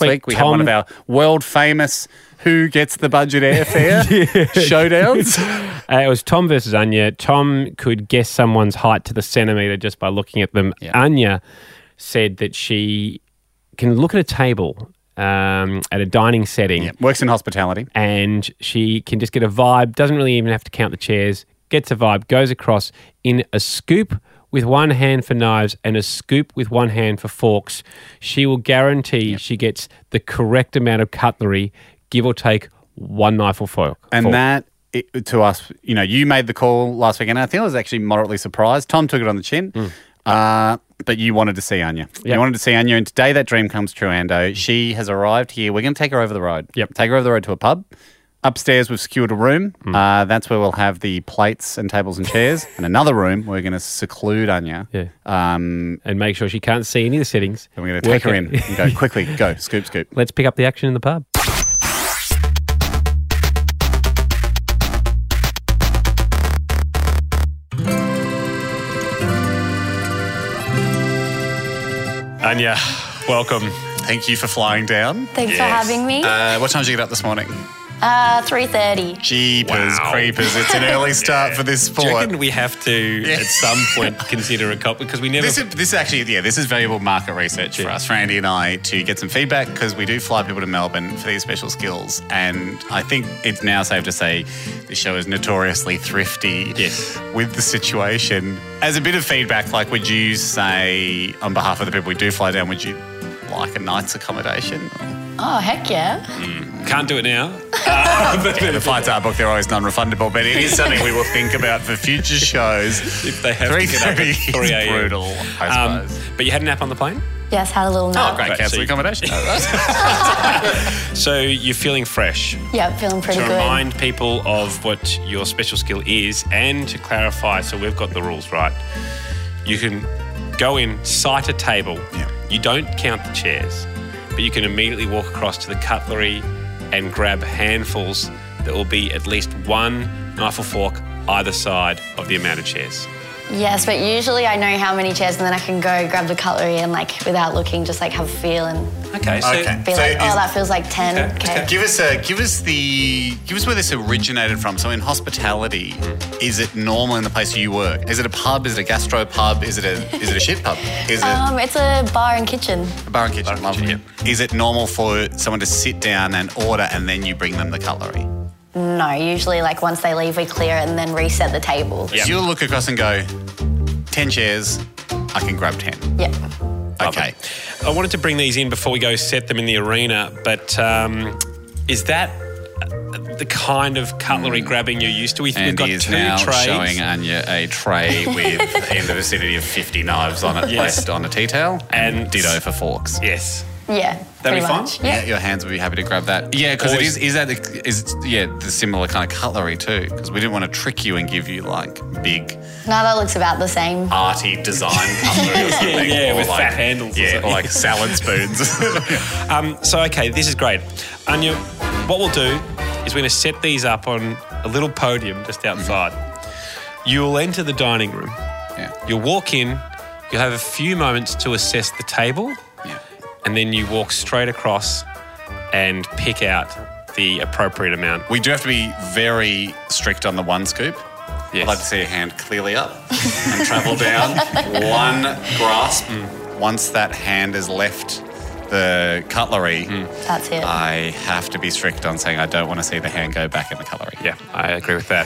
A: Last
B: week,
A: week,
B: we had one of
A: Tom-
B: our world famous "Who gets the budget airfare" showdowns.
A: [laughs] Uh, it was Tom versus Anya. Tom could guess someone's height to the centimeter just by looking at them. Anya said that she can look at a table um, at a dining setting
B: Works in hospitality.
A: and she can just get a vibe, doesn't really even have to count the chairs, gets a vibe, goes across in a scoop with one hand for knives and a scoop with one hand for forks. She will guarantee she gets the correct amount of cutlery, give or take one knife or fork.
B: And
A: fork.
B: that it, to us, you know, you made the call last week, and I think I was actually moderately surprised. Tom took it on the chin, uh, but you wanted to see Anya. You
A: Hmm. Yep.
B: wanted to see Anya, and today that dream comes true, Ando. She has arrived here. We're going to take her over the road.
A: Yep. Hmm.
B: Take her over the road to a pub. Upstairs, we've secured a room. Uh, that's where we'll have the plates and tables and
A: [laughs]
B: chairs. and another room, we're going to seclude Anya.
A: Yeah.
B: Um,
A: and make sure she can't see any of the settings.
B: and we're going to take
A: Work
B: her
A: it.
B: in and go quickly, go, scoop, scoop.
A: [laughs] Let's pick up the action in the pub.
B: Anya, welcome. Thank you for flying down.
E: Thanks for having me.
B: Uh, what time did you get up this morning?
E: Uh, 3.30.
B: Jeepers, creepers. It's
F: [laughs]
B: an early start for this
F: Do you
B: sport.
F: reckon we have to at some point consider a cop because we never
B: This is, this actually, yeah, this is valuable market research for us, for Andy and I, to get some feedback because we do fly people to Melbourne for these special skills. And I think it's now safe to say this show is notoriously thrifty
F: Yes.
B: with the situation. As a bit of feedback, like, would you say, on behalf of the people we do fly down, would you like a
F: [laughs]
B: night's accommodation?
E: Oh, heck yeah.
F: can't do it now.
B: the flights are booked, they're always non refundable, but it is something we will think about for future shows.
F: If they have to get up [laughs] at
B: 3:30
F: 3
B: is
F: a.m.
B: brutal, I
F: Um,
B: suppose. Oh,
F: but you had an app on the plane,
E: Yes, had a little nap.
B: Great
F: Right,
B: council
F: so you- [laughs]
B: accommodation.
F: so you're feeling fresh.
E: Yeah, feeling pretty
F: To
E: good.
F: remind people of what your special skill is and to clarify, so we've got the rules right. You can go in, sight a table.
B: Yeah.
F: You don't count the chairs, but you can immediately walk across to the cutlery and grab handfuls that will be at least one knife or fork either side of the amount of chairs.
E: Yes, but usually I know how many chairs and then I can go grab the cutlery and like without looking, just like have a feel and
F: Okay, so
B: Okay.
E: be
B: So
E: like,
B: is-
E: oh, that feels like 10.
F: Okay,
E: Okay.
B: Give us a give us the give us where this originated from. So in hospitality, is it normal in the place you work? Is it a pub? Is it a gastro pub? Is it a is it a shit pub? Is it
E: Um, it's a bar and kitchen.
B: a bar and kitchen? Lovely.
F: kitchen,
B: Is it normal for someone to sit down and order and then you bring them the cutlery?
E: No, usually like once they leave, we clear it and then reset the table.
F: Yeah.
B: You'll look across and go, ten chairs, I can grab ten.
E: Yep.
B: Okay.
F: I wanted to bring these in before we go set them in the arena, but um, is that uh, the kind of cutlery grabbing you're used to? We, we've got two trays.
B: Anya a tray [laughs] with in the vicinity of fifty knives on it
F: Yes.
B: on a tea towel.
F: And-
B: for forks.
F: yes.
E: Yeah.
A: That'd
E: pretty
A: be fun?
E: much.
B: Yeah,
E: Yeah.
B: your hands would be happy to grab that. Yeah, because it is. Is that the, is yeah the similar kind of cutlery too? Because we didn't want to trick you and give you like big
E: No, that looks about the same.
B: arty design [laughs] cutlery or something.
A: yeah,
B: or
A: with
B: like,
A: fat handles or
B: Yeah, or
A: something.
B: like salad [laughs] spoons.
A: Um, so, okay, this is great. Anya, what we'll do is we're going to set these up on a little podium just outside. You'll enter the dining room.
B: yeah,
A: You'll walk in. You'll have a few moments to assess the table,
B: yeah.
A: and then you walk straight across and pick out the appropriate amount.
B: We do have to be very strict on the one scoop. I'd
A: Yes.
B: like to see a hand clearly up and travel
A: [laughs]
B: down. one grasp. Once that hand has left the cutlery,
A: Hmm.
E: That's it.
B: I have to be strict on saying I don't want to see the hand go back in the cutlery.
A: Yeah, I agree with that.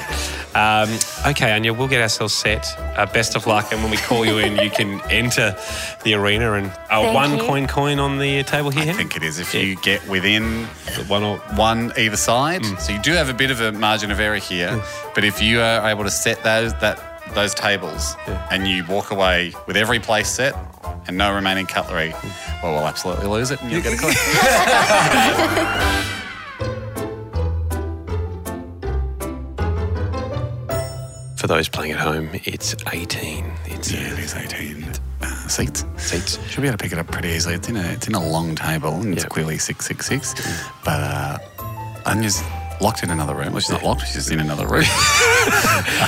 A: Um, okay, Anya, we'll get ourselves set. Uh, best of luck, and when we call you in, you can enter the arena and uh,
E: Thank
A: one
E: you.
A: coin coin on the table here.
B: I think it is if you get within
A: one or
B: one either side.
A: Hmm.
B: So you do have a bit of a margin of error here, but if you are able to set those that those tables and you walk away with every place set and no remaining cutlery,
A: Hmm.
B: well, we'll absolutely lose it and you'll get a coin.
A: [laughs] For those playing at home, it's 18. It's
B: Yeah,
A: uh,
B: it is 18 E uh, seats.
A: Seats.
B: Should be able to pick it up pretty easily. It's in a, it's in a long table and it's
A: Yep.
B: clearly 666. But uh, Anya's locked in another room. Well, she's not locked, she's just in another room.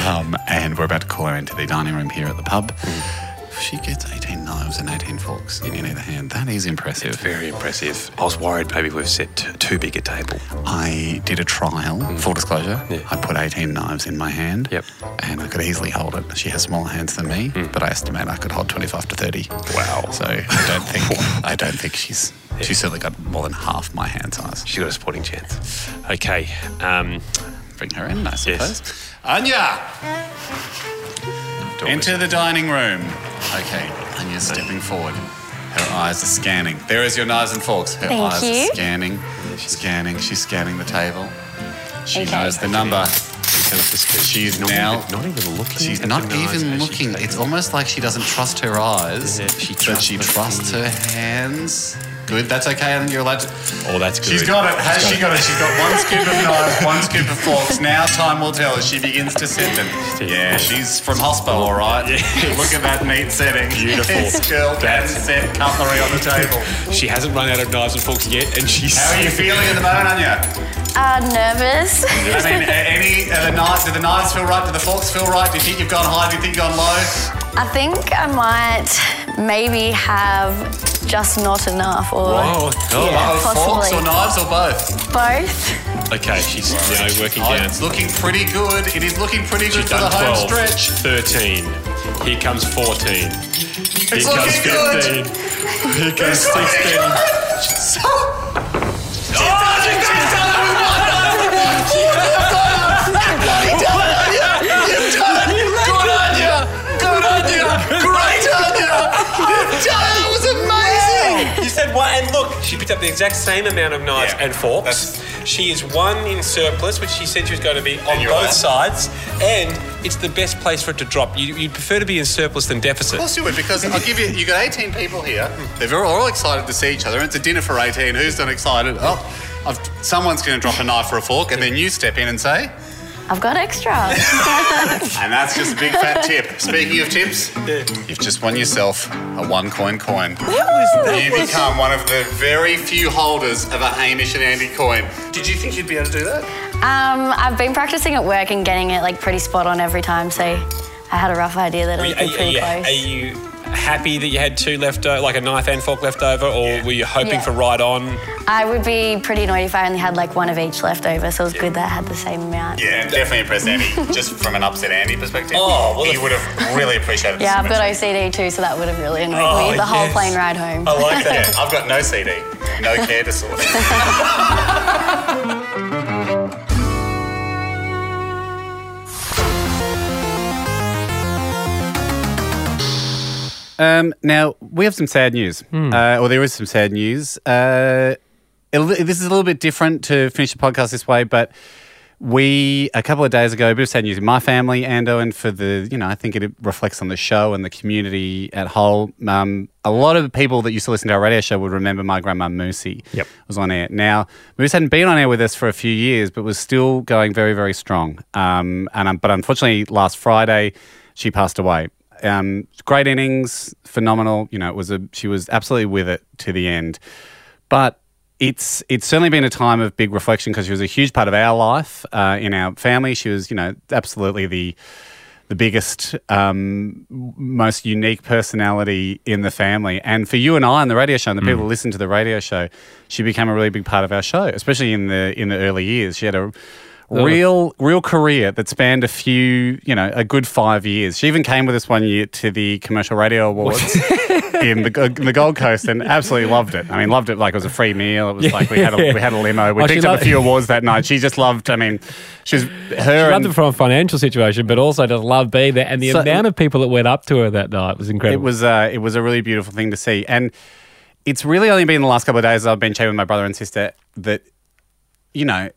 B: um, and we're about to call her into the dining room here at the pub. If She gets 18 knives and 18 forks in either hand. That is impressive.
A: very impressive. I was worried maybe we've set t- too big a table.
B: I did a trial, full disclosure.
A: Mm. Yeah.
B: I put 18 knives in my hand.
A: Yep. Mm.
B: And I could easily hold it. She has smaller hands than me, but I estimate I could hold 25 to 30.
A: Wow.
B: So I don't
A: [laughs]
B: think I don't think she's she's certainly got more than half my hand size.
A: She's got a sporting chance. Okay. Um,
B: Bring her in, I
A: Yes.
B: suppose. Anya,
A: door
B: enter the dining room. Okay, Anya's stepping forward. Her eyes are scanning. There is your knives and forks. Her
E: Thank
B: eyes
E: you.
B: are scanning, scanning. She's scanning the table. She
E: Okay.
B: knows the number. She's
A: not
B: now
A: even, not even looking.
B: She's
A: at
B: not
A: the knives
B: even
A: as she's
B: looking.
A: taking
B: It's
A: them.
B: almost like she doesn't trust her eyes.
A: Yeah, she
B: but
A: trusts
B: she
A: her
B: trusts her hands. Good, that's okay, and you're allowed to.
A: Oh, that's good.
B: She's got it. Has she got it? She's got one scoop of knives, one scoop of forks. Now time will tell as she begins to set them. Yeah, she's from hospital, all right. Look at that neat setting.
A: Beautiful.
B: This girl can set cutlery on the table.
A: She hasn't run out of knives and forks yet, and she's.
B: How are you feeling at the moment, Anya?
E: Uh, nervous.
B: I mean, a- any of the knives? Do the knives feel right? Do the forks feel right? Do you think you've gone high? Do you think you've gone low?
E: I think I might maybe have just not enough or
A: Whoa. Oh,
E: Yeah,
B: Oh, forks
E: possibly.
B: or knives or both?
E: both.
A: Okay, she's you know, working
B: Oh,
A: down.
B: it's looking pretty good. It is looking pretty good
A: She's
B: for the
A: done
B: home
A: 12,
B: stretch.
A: 13. Here comes 14. Here comes
B: It's looking good.
A: 15. Here comes
B: It's looking
A: 16.
B: good. She's so- She's done it. She's done it with one knife and one fork. You've done it. You've bloody done it, Anya. You've done it. Good Anya. Good Anya. Great Anya. You've done it. That was amazing.
A: You said one, and look, she picked up the exact same amount of knives
B: Yeah,
A: and forks. She is one in surplus, which she said she was going to be on
B: you
A: both
B: are.
A: sides, and it's the best place for it to drop. You, you'd prefer to be in surplus than deficit.
B: Of course you would, because I'll give you. You got 18 people here. They're all, all excited to see each other. It's a dinner for 18. Who's not excited? Oh, I've, someone's going to drop a knife or a fork, and then you step in and say,
E: I've
A: [laughs]
E: got extra. Um,
B: and that's just a big fat tip. Speaking of tips, you've just won yourself a one coin coin. You become one of the very few holders of a Hamish and Andy coin. Did you think you'd be able to do that?
E: Um, I've been practicing at work and getting it like pretty spot on every time, so I had a rough idea that it would
A: Are,
E: be
A: you- are
E: pretty
A: you- are
E: close.
A: you happy that you had two left, o- like a knife and fork left over, or were you hoping
E: Yeah.
A: for right on?
E: I would be pretty annoyed if I only had like one of each left over, so it was good that I had the same amount.
B: Yeah, definitely impressed Andy. Just from an upset Andy perspective,
A: Oh, well,
B: he
A: the-
B: would have really appreciated.
E: Yeah,
B: this
E: I've got OCD too, so that would have really annoyed
A: Oh,
E: me the whole
A: yes.
E: plane ride home.
B: I
E: [laughs]
B: like that. I've got no CD, no care disorder. Um, now we have some sad news, uh, or there is some sad news. Uh, a li- this is a little bit different to finish the podcast this way, but we a couple of days ago, a bit of sad news in my family, Ando, and for the you know, I think it reflects on the show and the community at whole. Um, a lot of people that used to listen to our radio show would remember my grandma Moosey.
A: Yep.
B: was on air. Now Moose hadn't been on air with us for a few years, but was still going very very strong. Um, and um, but unfortunately, last Friday, she passed away. Um, great innings, phenomenal. You know, it was a she was absolutely with it to the end but it's it's certainly been a time of big reflection because she was a huge part of our life uh, in our family. She was, you know, absolutely the the biggest, um, most unique personality in the family. And for you and I on the radio show, and the
A: Mm.
B: people who listen to the radio show, she became a really big part of our show, especially in the in the early years. She had a
A: Oh,
B: real real career that spanned a few, you know, a good five years. She even came with us one year to the Commercial Radio Awards. [laughs] In the, in the Gold Coast, and absolutely loved it. I mean, loved it like it was a free meal. It was like we had a, we had a limo. We
A: Oh, she
B: picked up
A: loved-
B: a few awards that night. She just loved. I mean, she was her
A: She
B: and
A: loved it from a financial situation, but also just loved being there. And the
B: So-
A: amount of people that went up to her that night was incredible.
B: It was uh, it was a really beautiful thing to see, and it's really only been the last couple of days I've been chatting with my brother and sister that you know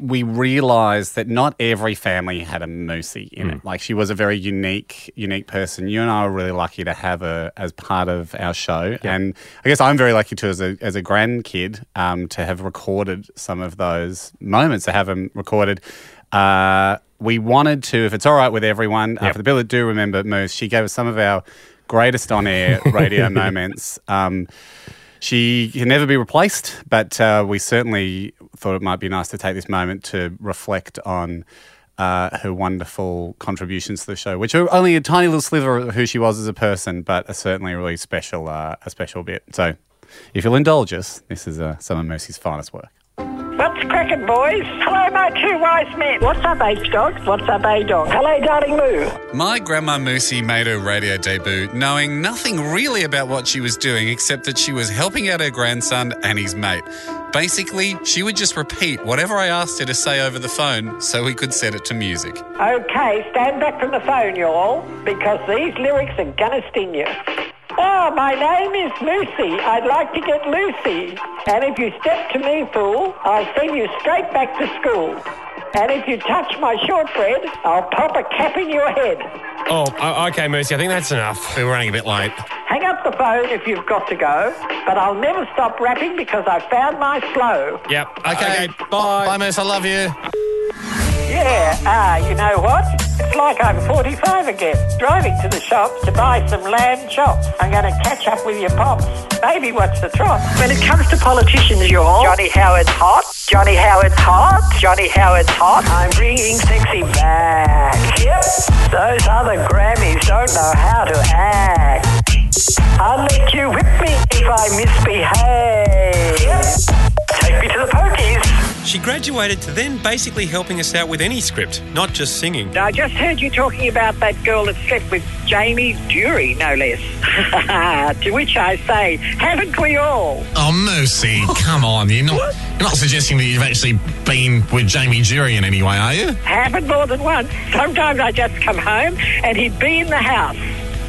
B: we realised that not every family had a Moosey in it. Like she was a very unique unique person. You and I were really lucky to have her as part of our show, and I guess I'm very lucky too as a as a grandkid um, to have recorded some of those moments to have them recorded. Uh, we wanted to, if it's all right with everyone, uh, for the people that do remember Moose, she gave us some of our greatest on air radio moments. Um, she can never be replaced, but uh, we certainly thought it might be nice to take this moment to reflect on uh, her wonderful contributions to the show, which are only a tiny little sliver of who she was as a person, but are certainly a really special, uh, a special bit. So, if you'll indulge us, this is uh, some of Mercy's finest work.
G: What's cricket, boys? Hello, my two wise men. What's up, H dog? What's up, A dog? Hello, darling Moo.
B: My grandma Moosey made her radio debut knowing nothing really about what she was doing except that she was helping out her grandson and his mate. Basically, she would just repeat whatever I asked her to say over the phone so we could set it to music.
G: Okay, stand back from the phone, you all, because these lyrics are gonna sting you. Ah, my name is Lucy. I'd like to get Lucy. And if you step to me, fool, I'll send you straight back to school. And if you touch my shortbread, I'll pop a cap in your head.
F: Oh, o- okay, Mercy. I think that's enough. We We're running a bit late.
G: Hang up the phone if you've got to go, but I'll never stop rapping because I found my flow.
F: Yep. Okay. bye. Bye, Mercy. I love you.
G: Yeah, ah, you know what? It's like I'm 45 again, driving to the shop to buy some lamb chops. I'm going to catch up with your pops. Maybe what's the trot? When it comes to politicians, y'all. Johnny Howard's hot. Johnny Howard's hot. Johnny Howard's hot. I'm bringing sexy back. Yep. Those other Grammys don't know how to act. I'll let you whip me if I misbehave. Take me to the pokies.
F: She graduated to then basically helping us out with any script, not just singing.
G: I just heard you talking about that girl that slept with Jamie Dury, no less. [laughs] to which I say, haven't we all?
H: Oh, Mercy, come on. You're not, you're not suggesting that you've actually been with Jamie Jury in any way, are you?
G: Happened more than once. Sometimes I just come home and he'd be in the house.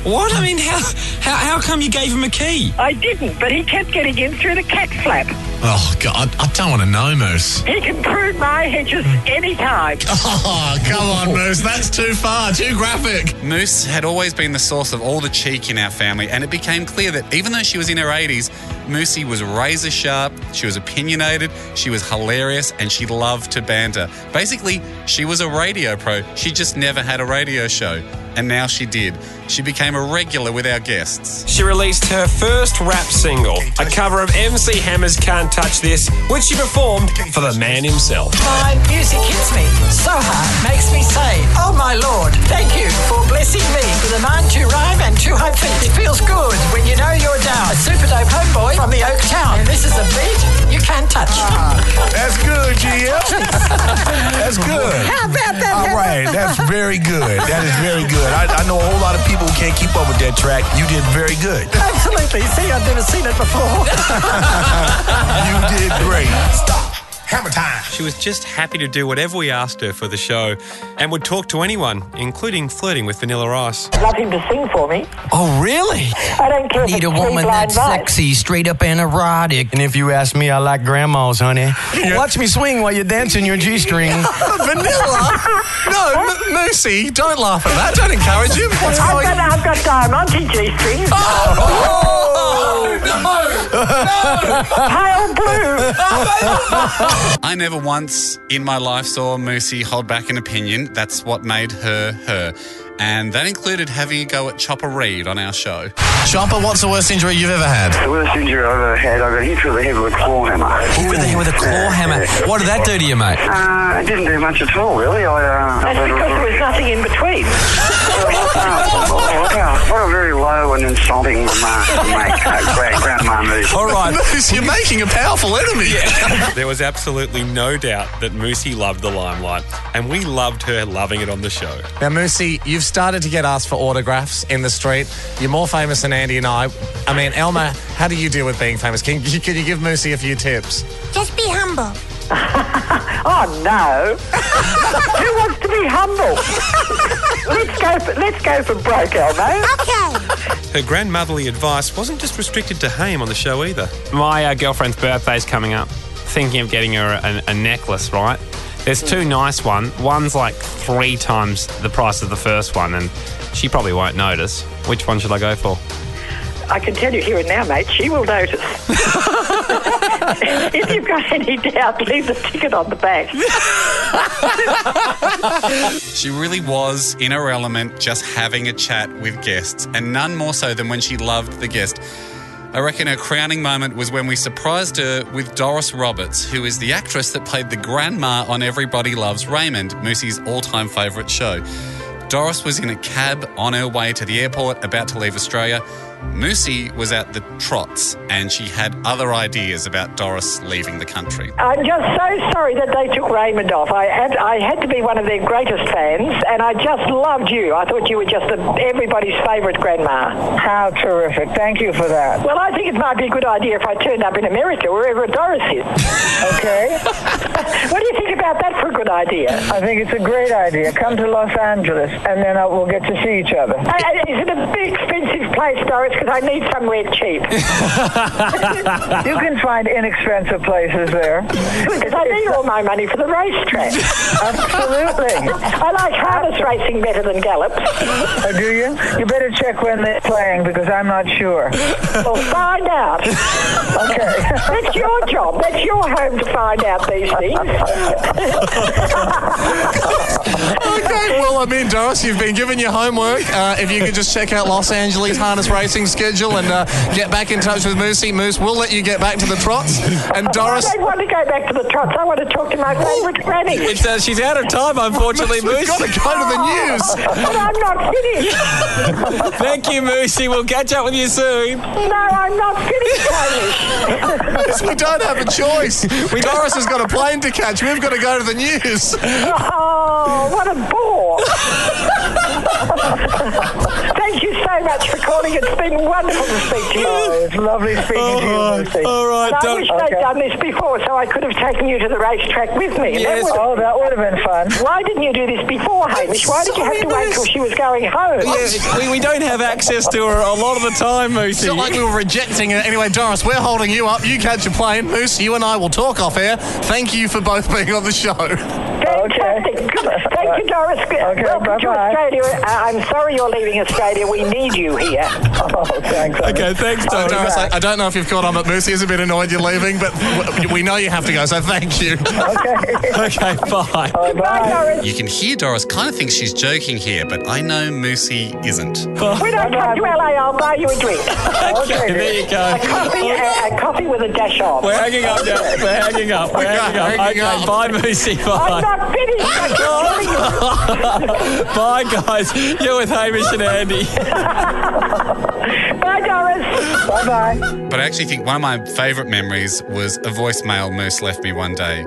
F: What? I mean, how, how, how come you gave him a key?
G: I didn't, but he kept getting in through the cat flap.
H: Oh, God, I, I don't want to know, Moose.
G: He can prune my hedges any time.
H: [laughs] Oh, come on, Moose. That's too far, too graphic.
B: Moose had always been the source of all the cheek in our family, and it became clear that even though she was in her 80s, Moosey was razor sharp, she was opinionated, she was hilarious, and she loved to banter. Basically, she was a radio pro. She just never had a radio show, and now she did. She became a regular with our guests.
F: She released her first rap single, a cover of MC Hammer's Can't Touch This, which she performed for the man himself.
G: My music hits me so hard, makes me say, oh my lord, thank you for blessing me with a mind to rhyme and two high feet. It feels good when you know you're down. A super dope homeboy from the Oak Town. And this is a beat you can't touch.
H: That's good, GM. That's good.
G: How about that?
H: All right, that's very good. That is very good. I, I know a whole lot of people who can't keep up with that track. You did very good.
G: Absolutely. See, I've never seen it before.
H: You did great.
E: Stop.
I: Hammer time.
F: She was just happy to do whatever we asked her for the show and would talk to anyone, including flirting with Vanilla Ice.
G: [laughs] Love him to sing for me.
J: Oh, really?
G: I don't care if
J: Need
G: it's
J: a
G: three
J: woman
G: blind
J: that's
G: mice.
J: sexy, straight up and erotic. And if you ask me, I like grandmas, honey. Watch me swing while you're dancing your G string.
H: Vanilla? No, M- Moosey, don't laugh at that. Don't encourage him. What's
G: I've
H: going
G: got, I've got diamante G-strings.
J: Oh!
H: [laughs]
G: Pale blue.
B: I never once in my life saw Moosey hold back an opinion. That's what made her her. And that included having a go at Chopper Reed on our show.
H: Chomper, what's the worst injury you've ever had?
K: The worst injury I ever had, I got hit through the head with a claw hammer.
J: Hit with a, hit with a claw hammer. What did that do to you, mate?
K: Uh, it didn't do much at all, really. I, uh,
G: That's because there was nothing in
K: [laughs]
G: between.
K: Oh, wow, what a very low and insulting remark to make, uh, gra- Grandma Moose.
J: All right.
H: Moose, [laughs] you're making a powerful enemy.
F: [laughs] There was absolutely no doubt that Moosey loved the limelight, and we loved her loving it on the show.
J: Now, Moosey, you've started to get asked for autographs in the street. You're more famous than Andy and I. I mean, Elma, how do you deal with being famous? Can you, can you give Moosey a few tips?
K: Just be humble.
G: [laughs] Oh no! Who wants to be humble? let's go. For, let's go for broke, Elmo.
F: Her grandmotherly advice wasn't just restricted to Haim on the show either.
L: My uh, girlfriend's birthday's coming up. Thinking of getting her a, a necklace, right? There's two nice ones. One's like three times the price of the first one, and she probably won't notice. Which one should I go for?
G: I can tell you here and now, mate. She will notice. [laughs] if you've got any doubt, leave the ticket on the back.
B: She really was in her element just having a chat with guests, and none more so than when she loved the guest. I reckon her crowning moment was when we surprised her with Doris Roberts, who is the actress that played the grandma on Everybody Loves Raymond, Moosey's all time favourite show. Doris was in a cab on her way to the airport about to leave Australia. Moosey was at the trots and she had other ideas about Doris leaving the country.
G: I'm just so sorry that they took Raymond off. I had, I had to be one of their greatest fans, and I just loved you. I thought you were just the, everybody's favourite grandma. How terrific. Thank you for that. Well, I think it might be a good idea if I turned up in America, wherever Doris is. okay. [laughs] what do you think about that for a good idea? I think it's a great idea. Come to Los Angeles, and then we'll get to see each other. is it a big, expensive place, Doris? Because I need somewhere cheap. You can find inexpensive places there. Because I need all my money for the racetrack. Absolutely. I like harness racing better than gallops. do you? You better check when they're playing because I'm not sure. Well, find out. Okay. That's your job. That's your home to find out these things.
H: [laughs] Okay, well, I'm in, Doris. You've been given your homework. Uh, if you could just check out Los Angeles harness racing schedule and uh, get back in touch with Moosey. Moose, we'll let you get back to the trots. And Doris.
G: I don't want to go back to the trots. I want to talk to my favourite granny.
L: It's uh, she's out of time, unfortunately,
H: We've
L: Moose.
H: got to go to the news.
G: But I'm not finished.
L: Thank you, Moosey. We'll catch up with you soon.
G: No, I'm not finished, Tony.
H: Yes, we don't have a choice. Doris has got a plane to catch. We've got to go to the news.
G: Oh, what a bore. Thank you so much for calling. It's been wonderful to speak to you. it's lovely speaking to you, Lucy.
L: all right,
G: And I
L: don't-
G: wish they'd done this before so I could have taken you to the racetrack with me. And
L: Yes.
G: That oh, that would have been fun. Why didn't you do this before, Hamish? Why did you have
L: sorry,
G: to wait
L: Moose.
G: till she was going home?
L: Yeah, we, we don't have access to her a lot of the time,
H: It's not like
L: Moosey.
H: we were rejecting it. Anyway, Doris, we're holding you up. You catch a plane. Moose, you and I will talk off air. Thank you for both being on the show.
G: Fantastic. Good. Thank you, Doris. Good. Welcome to Australia. Uh, I'm sorry you're leaving Australia. We need you here. [laughs] Oh, thanks.
L: Okay, thanks,
H: Oh,
L: Doris.
H: Doris, I, I don't know if you've caught on, but Moosey is a bit annoyed you're leaving, but w- we know you have to go, so thank you.
L: [laughs] Okay, bye.
G: [laughs] Bye, Doris.
B: You can hear Doris kind of thinks she's joking here, but I know Moosey isn't.
G: When I come to LA, I'll buy you a drink.
L: [laughs] Okay, there you go.
G: A coffee, a, a coffee with a dash on.
L: We're hanging up now. We're hanging up.
H: [laughs]
L: We're hanging up. okay,
H: hanging up.
L: bye, Moosey. Bye.
G: I'm
L: [laughs]
G: not finished. I'm telling you.
L: bye, guys. You're with Hamish and Andy.
G: Bye, Doris. Bye bye.
B: But I actually think one of my favourite memories was a voicemail Moose left me one day.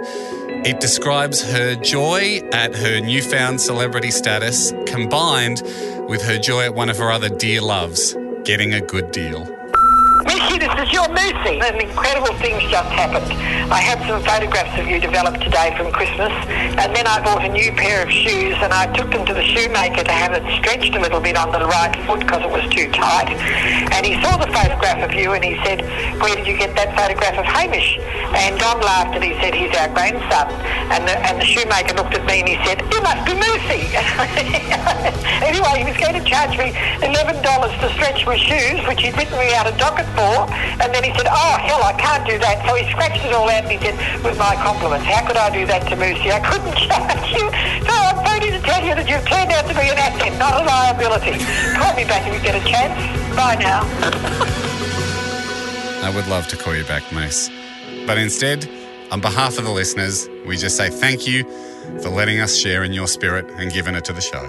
B: It describes her joy at her newfound celebrity status combined with her joy at one of her other dear loves, getting a good deal.
K: Missy, this is
G: is your Moosey. An incredible thing's just happened. I had some photographs of you developed today from Christmas, and then I bought a new pair of shoes, and I took them to the shoemaker to have it stretched a little bit on the right foot because it was too tight. And he saw the photograph of you, and he said, "Where did you get that photograph of Hamish?" And Don laughed, and he said, "He's our grandson." And the, and the shoemaker looked at me, and he said, "You must be Moosey." [laughs] anyway, he was going to charge me eleven dollars to stretch my shoes, which he'd written me out a docket for. And then he said, "Oh hell, I can't do that." So he scratched it all out, and he said, "With my compliments, how could I do that to Moosey? I couldn't [laughs] charge you." So I'm phoning to tell you that you've turned out to be an asset, not a liability. Call me back if you get a chance. Bye now.
B: I would love to call you back, Moose. But instead, on behalf of the listeners, we just say thank you for letting us share in your spirit and giving it to the show.